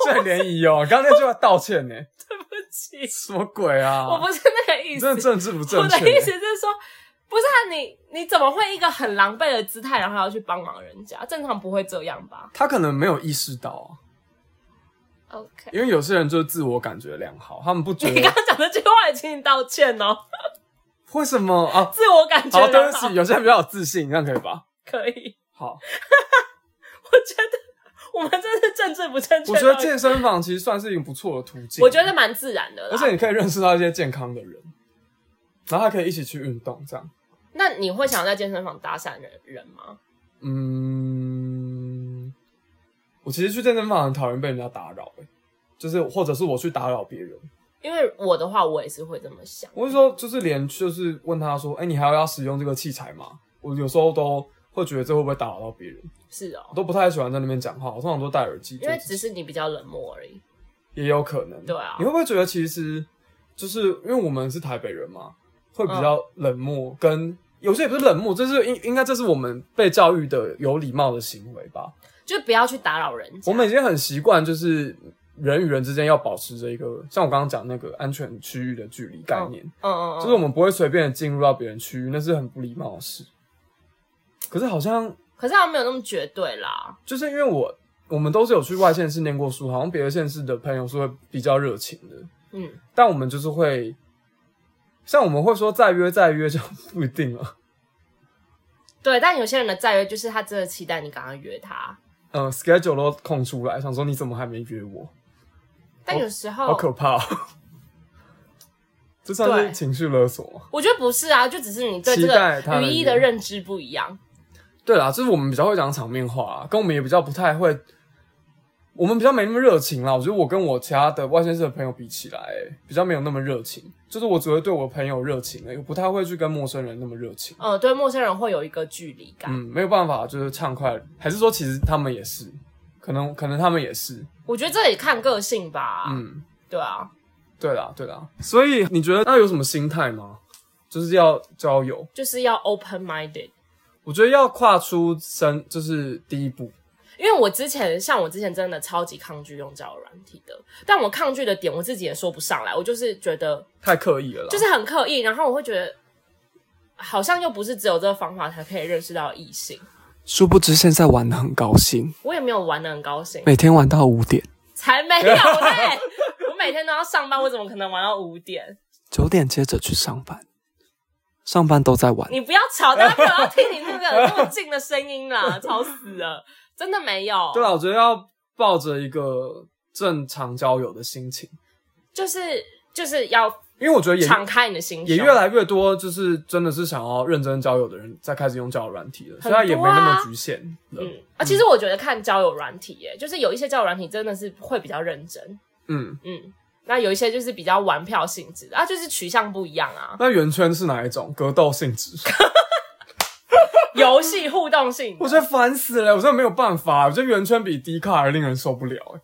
最联谊哦，刚刚那句话道歉呢、
对不起，
什么鬼啊？
我不是那个意
你
思，
真的政治不
我
正
的
确、欸
意思是说，不是啊，你你怎么会一个很狼狈的姿态，然后还要去帮忙人家？正常不会这样吧
他可能没有意识到啊、
？OK，
因为有些人就是自我感觉良好，他们不觉
你刚
得
刚讲的这句话也请你道歉哦，
为什么啊？
自我感觉
好，对
良
不
好
起，有些人比较有自信，这样可以吧？
可以。
好，
我觉得我们真是政治不正确
我
到一
觉
个。
得健身房其实算是一个不错的途径。
我觉得，蛮自然的啦。
而且你可以认识到一些健康的人，然后还可以一起去运动，这样。
那你会想在健身房搭讪人人吗？
嗯，我其实去健身房很讨厌被人家打扰、欸，就是或者是我去打扰别人。
因为我的话，我也是会这么想。
我是说，就是连就是问他说，哎、你还要使用这个器材吗？我有时候都会觉得这会不会打扰到别人，
是
我
哦，
都不太喜欢在那边讲话，我通常都戴耳机做
因
自己。
为只是你比较冷漠而已。
也有可能。
对啊
你会不会觉得其实就是因为我们是台北人嘛，会比
嗯
较冷漠，跟有些也不是冷漠，就是应应该这是我们被教育的有礼貌的行为吧。
就不要去打扰人家。
我们已经很习惯，就是人与人之间要保持着一个像我刚刚讲那个安全区域的距离概念，
嗯嗯嗯，
就是我们不会随便地进入到别人区域，那是很不礼貌的事。可是好像
可是好像没有那么绝对啦。
就是因为我我们都是有去外县市念过书，好像别的县市的朋友是会比较热情的，
嗯，
但我们就是会，像我们会说再约再约就不一定了。
对。但有些人的再约就是他真的期待你赶快约他，
嗯，schedule 都空出来，想说你怎么还没约我，
但有时候
好可怕、哦。 这算是
对
情绪勒索吗？
我觉得不是啊，就只是你对这
期待他
个
的
语义的认知不一样。
对啦，就是我们比较会讲场面话、啊，跟我们也比较不太会，我们比较没那么热情啦。我觉得我跟我其他的外县市的朋友比起来、比较没有那么热情。就是我只会对我朋友热情、欸，我不太会去跟陌生人那么热情。
嗯，对陌生人会有一个距离感。
嗯，没有办法，就是畅快，还是说其实他们也是，可能可能他们也是，
我觉得这也看个性吧。
嗯，
对啊，
对啦，对啦。所以你觉得那有什么心态吗？就是要交友，
就是要 open minded。
我觉得要跨出身，就是第一步。
因为我之前像我之前真的超级抗拒用交友软体的，但我抗拒的点我自己也说不上来，我就是觉得
太刻意了啦，
就是很刻意，然后我会觉得好像又不是只有这个方法才可以认识到异性，
殊不知现在玩的很高兴，
我也没有玩的很高兴，
每天玩到五点、
才没有嘞，我每天都要上班，我怎么可能玩到五点？
九点接着去上班，上班都在玩。
你不要吵，大家不要听你 那个那么近的声音啦，吵死了，真
啊
的没有。
对啦，我觉得要抱着一个正常交友的心情，
就是就是要
因为我觉得也
敞开你的心胸，
也越来越多，就是真的是想要认真交友的人在开始用交友软体了，虽
很多啊
然也没那么局限了。
嗯啊，其实我觉得看交友软体、耶，就是有一些交友软体真的是会比较认真，
嗯，
嗯，那有一些就是比较玩票性质的啊，就是取向不一样啊，
那圆圈是哪一种？格斗性质？
游戏互动性的，
我觉得烦死了，我真的没有办法。我觉得圆圈比低卡还令人受不了、欸，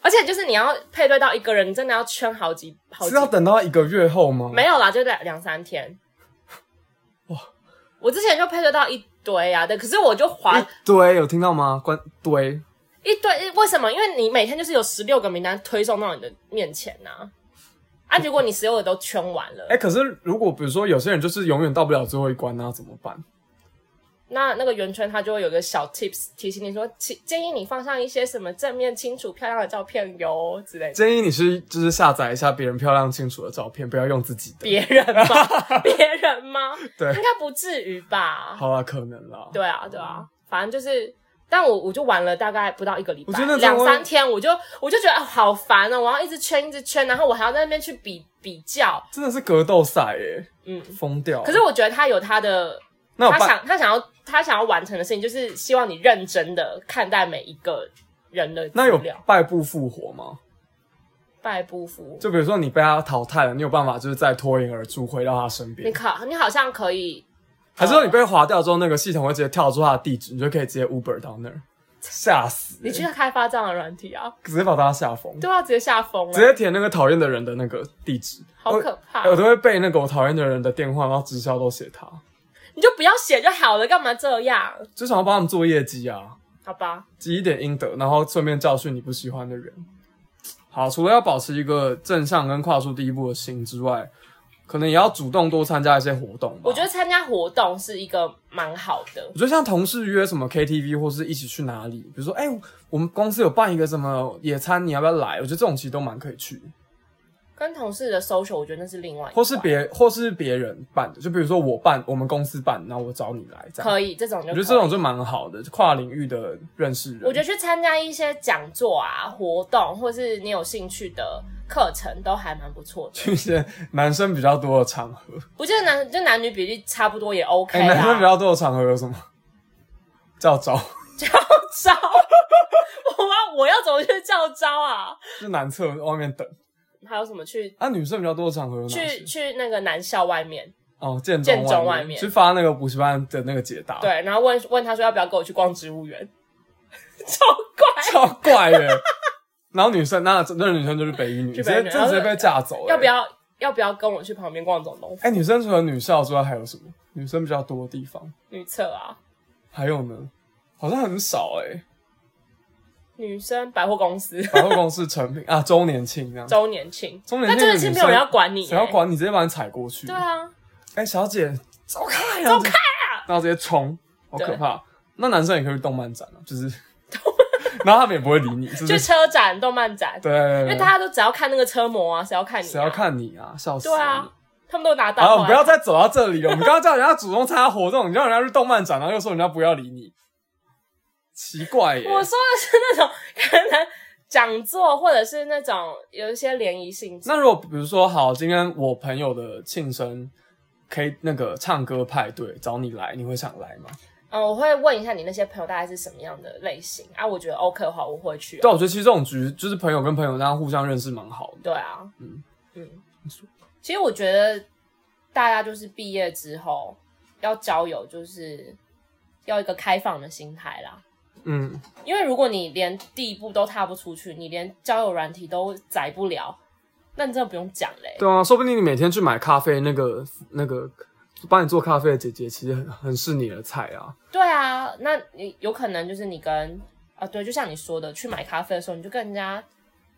而且就是你要配对到一个人，你真的要圈好几好
是
几
要等到一个月后吗？
没有啦，就两两三天。哇，我之前就配对到一堆啊，对，可是我就划
一堆，有听到吗？关堆，
一堆，为什么？因为你每天就是有十六个名单推送到你的面前呐、啊。啊！如果你十六个都圈完了，
哎、可是如果比如说有些人就是永远到不了最后一关，那怎么办？
那那个圆圈它就会有个小 tips 提醒你说，其建议你放上一些什么正面、清楚、漂亮的照片哟之类的。
建议你是就是下载一下别人漂亮清楚的照片，不要用自己的。
别人吗？别人吗？
对
应该不至于吧？
好啦，可能啦。
对啊，对啊，反正就是，但我我就玩了大概不到一个礼
我
拜
觉得，那种
两
会
三天，我就我就觉得、啊好烦哦，我要一直圈一直圈，然后我还要在那边去比比较，
真的是格斗赛耶，
嗯。
疯掉。
可是我觉得他有他的，
那有
他
办
想他想要他想要完成的事情，就是希望你认真的看待每一个人的资
那有
料，
败部复活吗？
败不服。
就比如说你被他淘汰了，你有办法就是再脱颖而出回到他身
你
边，
考你好像可以，
还是说你被划掉之后，那个系统会直接跳出他的地址，你就可以直接 Uber 到那儿，吓死、
你去
欸
开发这样的软体啊，
直接把他吓疯，
对啊，直接吓疯
直接
了，
填那个讨厌的人的那个地址，
好
我
可怕
欸。我都会背那个我讨厌的人的电话，然后直销都写他，
你就不要写就好了，干嘛这样？
就想要帮他们做业绩啊。
好吧，
积一点阴德，然后顺便教训你不喜欢的人。好，除了要保持一个正向跟跨出第一步的心之外，可能也要主动多参加一些活动吧。
我觉得，参加活动是一个蛮好的
我，觉得像同事约什么 KTV 或是一起去哪里，比如说，哎、我们公司有办一个什么野餐，你要不要来？我觉得这种其实都蛮可以去的，
跟同事的 social 我觉得那是另外一块，
或是别或是别人办的，就比如说我办，我们公司办，然后我找你来这样。
可以这种就
我
可以
觉得这种就蛮好的，跨领域的认识人。
我觉得去参加一些讲座啊、活动，或是你有兴趣的课程，都还蛮不错的。
去一些男生比较多的场合，
我觉得男就男女比例差不多也 OK 啊
哎、男生比
啦。
较多的场合有什么？ 叫招，
叫招， 我要我要怎么去叫招啊？
就男厕外面等。
还有什么去
啊，女生比较多的场合有哪
去
些？
去那个男校外面？
哦，建
建中
中
外面
面，去发那个补习班的那个解答，，
对，然后问问他说要不要跟我去逛植物园， 超怪。
超怪耶、然后女生，那那女生就是北一女，
去
直
北一
接
女
就直接被架走、欸。
要不？要要不要跟我去旁边逛总东
哎、女生除了女校之外还有什么？女生比较多的地方
女厕啊？
还有呢？好像很少哎、
女生百货公司
百货公司成品啊，周年庆这样。
周年庆，
周年
那
庆
真的是没有人要管
你
你、
谁要
欸
管你？直接把你踩过去。
对啊，
哎、小姐，走开、啊，走开啊！然后直接冲，好可怕。那男生也可以去动漫展啊，就是，然后他们也不会理你，就
就是车展、动漫展，
对，因
因为大家都只要看那个车模啊，谁要看你、啊？
谁要？看你啊？笑死！
对啊，，他们都拿到。
好，我们不要再走到这里了。我们刚刚叫人家主动参加活动，你叫人家去动漫展，然后又说人家不要理你，奇怪耶！
我说的是那种 可能讲座，或者是那种有一些联谊性质。
那如果比如说，好，今天我朋友的庆生。可以那个唱歌派对找你来，你会想来吗？
嗯，我会问一下你那些朋友大概是什么样的类型啊？我觉得 OK 的话，我会去、啊
对，我觉得其实这种局就是朋友跟朋友这样互相认识蛮好的。
对啊，嗯
嗯
嗯，其实我觉得大家就是毕业之后要交友，就是要一个开放的心态啦。
嗯，
因为如果你连第一步都踏不出去，你连交友软体都载不了，那你真的不用讲嘞、
对啊，说不定你每天去买咖啡，那个那个帮你做咖啡的姐姐，其实很很是你的菜啊。
对啊，那你有可能就是你跟啊，对，就像你说的，去买咖啡的时候，你就跟人家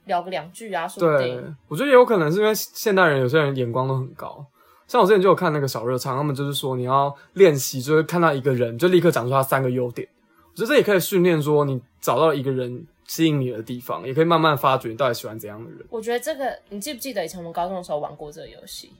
聊个两句啊，说不
对
定。，
我觉得也有可能是因为现代人有些人眼光都很高，像我之前就有看那个小热唱，他们就是说你要练习，就是看到一个人就立刻讲出他三个优点。我觉得这也可以训练说你找到一个人吸引你的地方，也可以慢慢发掘你到底喜欢怎样的人。
我觉得这个， 你记不记得以前我们高中的时候玩过这个游戏？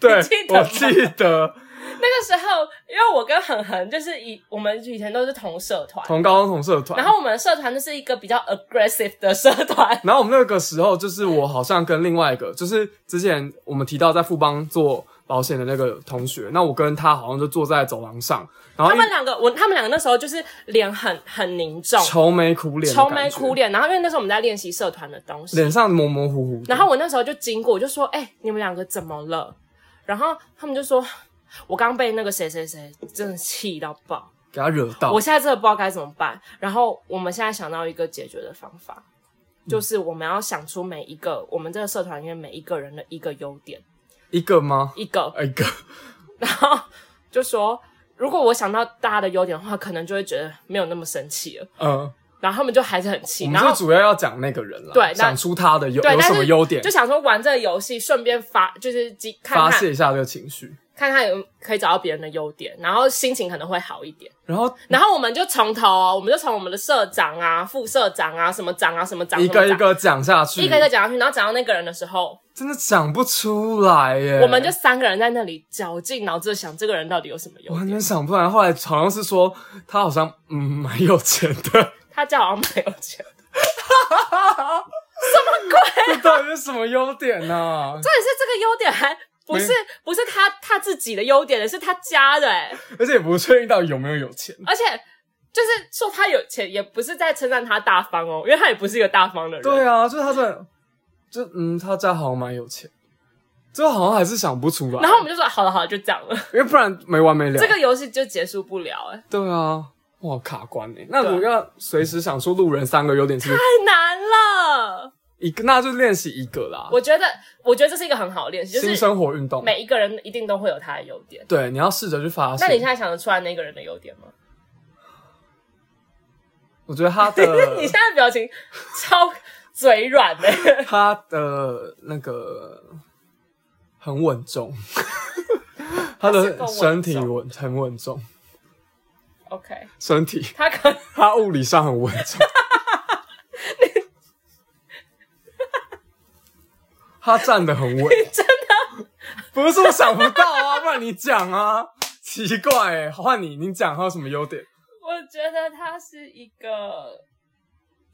对
记，得吗
我记得，
那个时候，因为我跟恒恒就是以我们以前都是同社团，
同高中同社团，
然后我们的社团就是一个比较 aggressive 的社团，
然后我们那个时候就是我好像跟另外一个，就是之前我们提到在富邦做保险的那个同学，那我跟他好像就坐在走廊上，然后
他
一
们两个我他们两个那时候就是脸很很凝重，
愁眉苦脸，
愁眉苦，脸，然后因为那时候我们在练习社团的东西，
脸上模模糊糊的。
然后我那时候就经过，我就说：“哎、你们两个怎么了？”然后他们就说：“我刚被那个谁谁谁真的气到爆，
给他惹到
我，现在真的不知道该怎么办。”然后我们现在想到一个解决的方法，
嗯
就是我们要想出每一个我们这个社团里面每一个人的一个优点，
一个吗？
一个，
一个，
然后就说。如果我想到大家的优点的话，可能就会觉得没有那么生气了。
呃，
然后他们就还是很
我
气，
们
然
就
后
主要要讲那个人了，
对那
想出他的优
对，
有什
但
么
是
优点
就，想说玩这个游戏，顺便发就是几看
发
看
泄一下这个情绪。
看看有可以找到别人的优点，然后心情可能会好一点。
然后
然后我们就从头哦，我们就从我们的社长啊、副社长啊、什么长啊、什么长、
一个
什
一
么长
个讲下去，
一个一个讲下去，然后讲到那个人的时候，
真的讲不出来耶。
我们就三个人在那里绞尽脑汁地想这个人到底有什么优
完
点。
全想不出来。后来好像是说他好像嗯蛮有钱的，
他家好像没有 钱，
这 到底是什么优点呢、啊？
但是这个优点还不是
没
不是他他自己的优点，是他家的哎、
而且也不确定到底有没有有钱。
而且。就是说他有钱，也不是在称赞他大方哦，因为他也不是一个大方的人。
对啊，就是他真的，就嗯，他家好像蛮有钱，最后好像还是想不出来。
然后我们就说好了好了，就这样了，
因为不然没完没了。
这个游戏就结束不了哎、
对啊，哇卡关哎、那
对啊
我要随时想出路人三个优点 是不是
太难了。
一个，那就练习一个啦。
我觉得，我觉得这是一个很好的练习，就
新
是
生活运动，
每一个人一定都会有他的优点。
对，你要试着去发现。
那你现在想得出来那个人的优点吗？
我觉得他的
你现在表情超嘴软的、
他的那个很稳 重，他
是够
的
稳
身体
重
稳很稳重，
OK，
身体
他可能
他物理上很稳 重。他站得很稳，真的不是我想不到啊，不然你讲啊，奇怪哎、换你，你讲他有什么优点？
我觉得他是一个，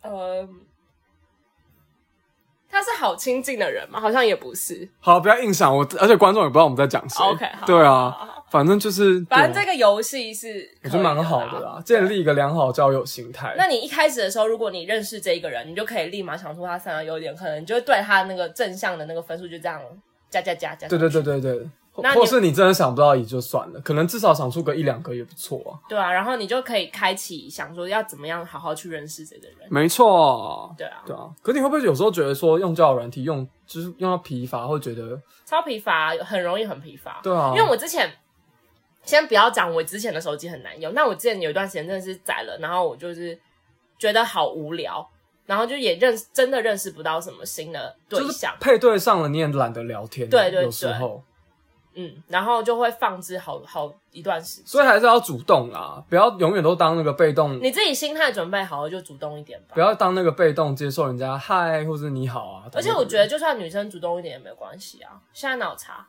呃，他是好亲近的人吗？好像也不是。
好，不要硬想我，而且观众也不知道我们在讲谁。
OK，好
对
好好
啊，反正就是，
反正
对
这个游戏是
我觉得蛮好的
可以
啦，建立一个良好交友心态。
那你一开始的时候，如果你认识这一个人，你就可以立马想出他三个优点，可能你就会对他那个正向的那个分数就这样加加加加。
对对对对对，或
那你
或是你真的想不到也就算了，可能至少想出个一两个也不错啊。
对啊，然后你就可以开启想说要怎么样好好去认识这个人。
没错，
对啊，
对啊。可你会不会有时候觉得说用交友软体用就是用到疲乏，会觉得
超疲乏，很容易很疲乏。
对啊
因为我之前先不要讲我之前的手机很难用，那我之前有一段时间真的是载了，然后我就是觉得好无聊，然后就也认真的认识不到什么新的对
就是
象。
配对上了你也懒得聊天，
对对
有时
对
候，
嗯，然后就会放置好好一段时间。
所以还是要主动啦，不要永远都当那个被动，
你自己心态准备好了，就主动一点吧
不。要当那个被动接受人家嗨或者你好啊。
而且
等等
我觉得，就算女生主动一点也没有关系啊。现在哪有差？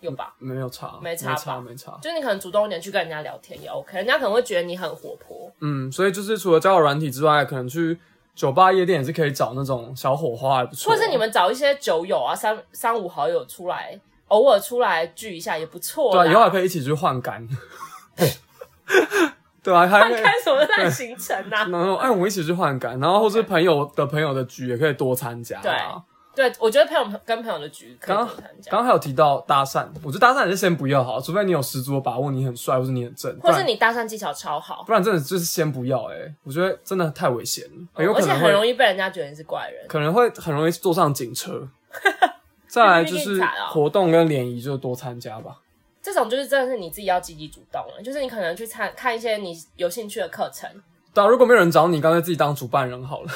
有吧？
没有差，
没差
没
吧
差，没差。
就你可能主动一点去跟人家聊天也 OK，人家可能会觉得你很活泼。
嗯，所以就是除了交友软体之外，可能去酒吧、夜店也是可以找那种小火花，还不错啊。
或者是你们找一些酒友啊，三三五好友出来，偶尔出来聚一下也不错
对
啦。
啊，以后还可以一起去换肝。对啊，还可以。
看什么烂行程啊？
然后，哎，我们一起去换肝，然后或是朋友的朋友的局也可以多参加、
对
啊。
对，我觉得朋友跟朋友的局可以
刚
多参加，
刚还有提到搭讪，我觉得搭讪还是先不要好，除非你有十足的把握，你很帅或是你很正，不
或是
然
你搭讪技巧超好，
不然真的就是先不要、哎，我觉得真的太危险了，哎很有
哦
可
而且
能
很容
会
易被人家觉得你是怪人。
可能会很容易坐上警 车。再来就
你
是
你惨哦
活动跟联谊就多参加吧。
这种就是真的是你自己要积极主动了，就是你可能去参看一些你有兴趣的课程。
对啊，如果没有人找你，干脆自己当主办人好了，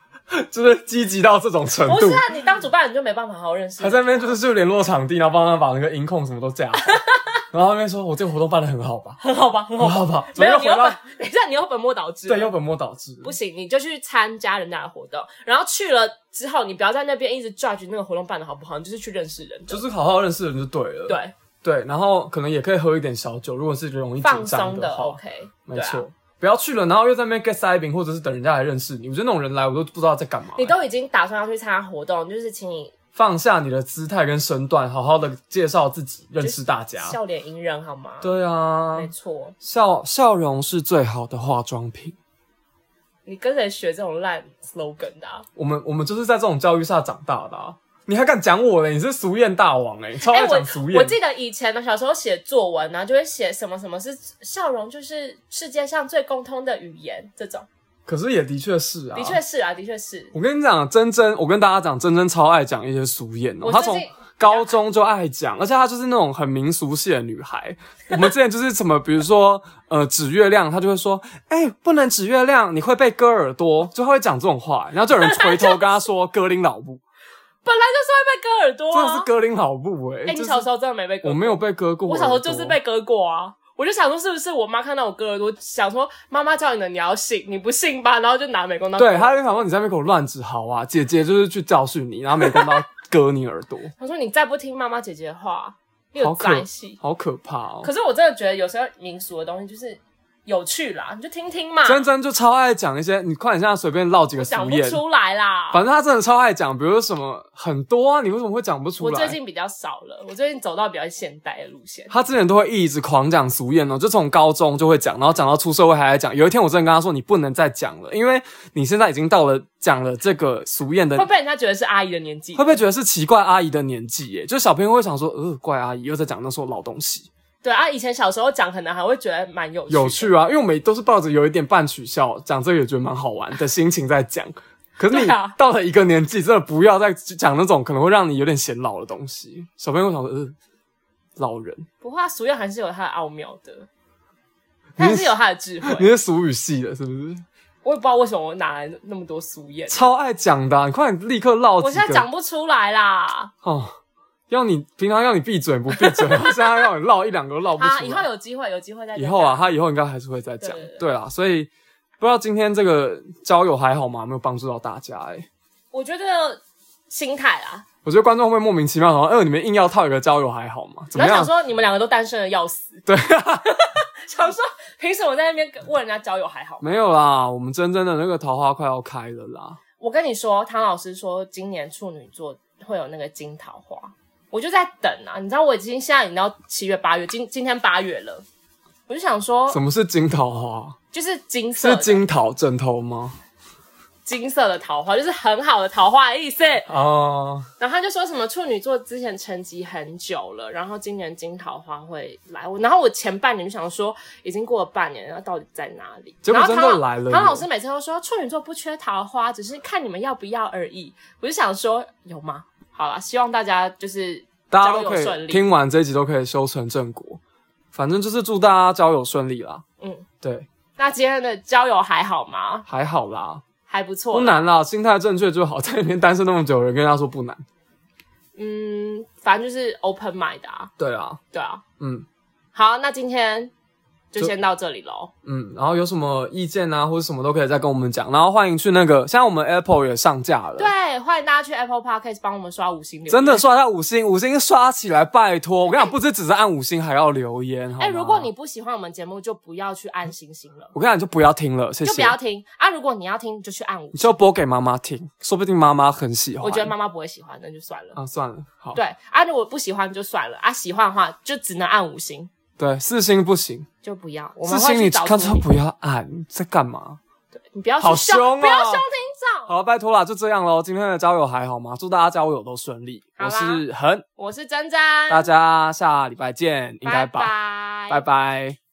就是积极到这种程
不
度
是，啊，你当主办人就没办法好好认识
还。在那边就是去联络场地，然后帮他把那个音控什么都架 好，然后那边说我这个活动办的很好吧，
很好吧，很
很
好吧。
好吧，怎
哦没
么
有，
又回
你又本
到，
等一下，你又本末倒置了。
对又本末倒置，
不行，你就去参加人家的活动，然后去了之后，你不要在那边一直 judge 那个活动办的好不好，你就是去认识人的。
就是好好认识人就对了。
对，
对，然后可能也可以喝一点小酒，如果是容易
放
紧张
松的
话
OK，
没
对啊
错。不要去了，然后又在那边 get 塞饼，或者是等人家来认识你。我觉得那种人来，我都不知道在干嘛、欸
你都已经打算要去参加活动，就是请你
放下你的姿态跟身段，好好的介绍自己，认识大家。
笑脸迎人好吗？，
啊对啊，
没错。
笑笑容是最好的化妆品。
你跟谁学这种烂 slogan 的、啊？
我们我们就是在这种教育下长大的、啊。你还敢讲我嘞？你是俗谚大王哎、超爱
我
讲俗谚、
我记得以前的小时候写作文啊然后就会写什么什么是笑容，就是世界上最共通的语言。这种
可是也的确是啊，
的确。是啊，的确是。
我跟你讲，珍珍，我跟大家讲，珍珍超爱讲一些俗谚哦、
我
她
最
从
近
高中就爱讲，而且她就是那种很民俗系的女孩。我们之前就是什么，比如说呃指月亮，她就会说，哎、不能指月亮，你会被割耳朵，就她会讲这种话，然后就有人回头跟她说 割林老布，
本来就是会被割耳朵、
真的
啊，
是割林老布哎、
哎、
欸，
你
就是
小时候真的没被割？
我没有，被割过耳朵，
我小时候就是被割过啊。我就想说，是不是我妈看到我割耳朵，想说妈妈叫你的，你要信，你不信吧？然后就拿美工刀。
对，他就想说你在那边给我乱指好啊，姐姐就是去教训你，然后美工刀割你耳朵，
他说你再不听妈妈姐姐的话，你
好
有
可
灾戏。
好可怕哦
可。是我真的觉得有时候民俗的东西就是有趣啦，你就听听嘛，
珍珍就超爱讲一些，你快点现在随便唠几个
我
俗
讲不
谚，
出来啦。
反正他真的超爱讲，比如说什么很多啊，你为什么会讲不出
我
来？
最近比较少了，我最近走到比较现代的路线。
他之前都会一直狂讲俗谚哦，就从高中就会讲，然后讲到出社会还在讲。有一天我真的跟他说，你不能再讲了，因为你现在已经到了讲了这个俗谚的
会被人家觉得是阿姨的年纪
会，不会觉得是奇怪阿姨的年纪？耶，就小朋友会想说，呃，怪阿姨又在讲那时候老东西。
对啊，以前小时候讲可能还会觉得蛮有趣的
有趣啊，因为我们都是抱着有一点半取笑，讲这个也觉得蛮好玩的心情在 讲。可是你
对啊
到了一个年纪，真的不要再讲那种可能会让你有点显老的东西。小朋友会想说，呃，老人，
不过它俗谚还是有它的奥妙的，它还是有它的智
你
慧。
是俗语系的，是不是？
我也不知道为什么我哪来那么多俗谚，
超爱讲的啊、你快点立刻唠几个。
我现在讲不出来啦。
哦，要你平常要你闭嘴不闭 嘴，现在要你唠一两个都唠不出来。
啊，以后有机会，有机会再
以后啊，，他以后应该还是会再讲
对对。对
对啦，所以不知道今天这个交友还好吗？有没有帮助到大家、欸？
我觉得心态啦，
我觉得观众会不会莫名其妙想说，呃，你们硬要套一个交友还好吗？怎么
然后想
样？
说你们两个都单身的 要死，
对，
想说凭什么在那边问人家交友还好？
没有啦，我们真正的那个桃花快要开了啦。
我跟你说，唐老师说今年处女座会有那个金桃花，我就在等啊。你知道我已经现在已经到七月八月，今今天八月了，我就想说
什，么是金桃花？
就是金色
是
的
金桃枕头吗？
金色的桃花，就是很好的桃花的意思。
啊，
然后他就说什么处女座之前沉寂很久了，然后今年金桃花会来。我然后我前半年就想说，已经过了半年，了，到底在哪里？
结果
然后
真的来了耶
唐老师每次都说处女座不缺桃花，只是看你们要不要而已。我就想说，有吗？好啦，希望大家就是
大家都
交
可
友顺
以
利。
听完这一集都可以修成正果。反正就是祝大家交友顺利啦。
嗯，
对，
那今天的交友还好吗？
还好啦，
还不错
不
啦。
难啦，心态正确就好。在里面单身那么久的人跟他说不难。
嗯，反正就是 open mind 的啊，
对啦，
对啊。
嗯
好，那今天就
就
先到这里喽。
嗯，然后有什么意见啊，或者什么都可以再跟我们讲。然后欢迎去那个，现在我们 Apple 也上架了。
对，欢迎大家去 Apple Podcast 帮我们刷五星留言。
真的刷到五星，五星刷起来，拜托！我跟你讲，不止只是按五星，还要留言。好
哎、
吗
如果你不喜欢我们节目，就不要去按星星了，
我跟你讲，你就不要听了，谢谢。
就不要听啊。如果你要听，就去按五
你。就播给妈妈听，说不定妈妈很喜欢。
我觉得妈妈不会喜欢，那就算了。
啊，算了，好，
对啊，如果不喜欢就算了啊，喜欢的话就只能按五星，
对，四星不行，
就不要。我
四
们会
星
去
你
找
看
出
错
你，
不要按，你在干嘛？
你不要去
好
笑
凶哦
不要凶听众。
好了，拜托啦，就这样喽。今天的交友还好吗？祝大家交友都顺利。
好啦
我是恒，
我是珍珍，
大家下礼拜见，应该
拜
吧？拜
拜，
拜。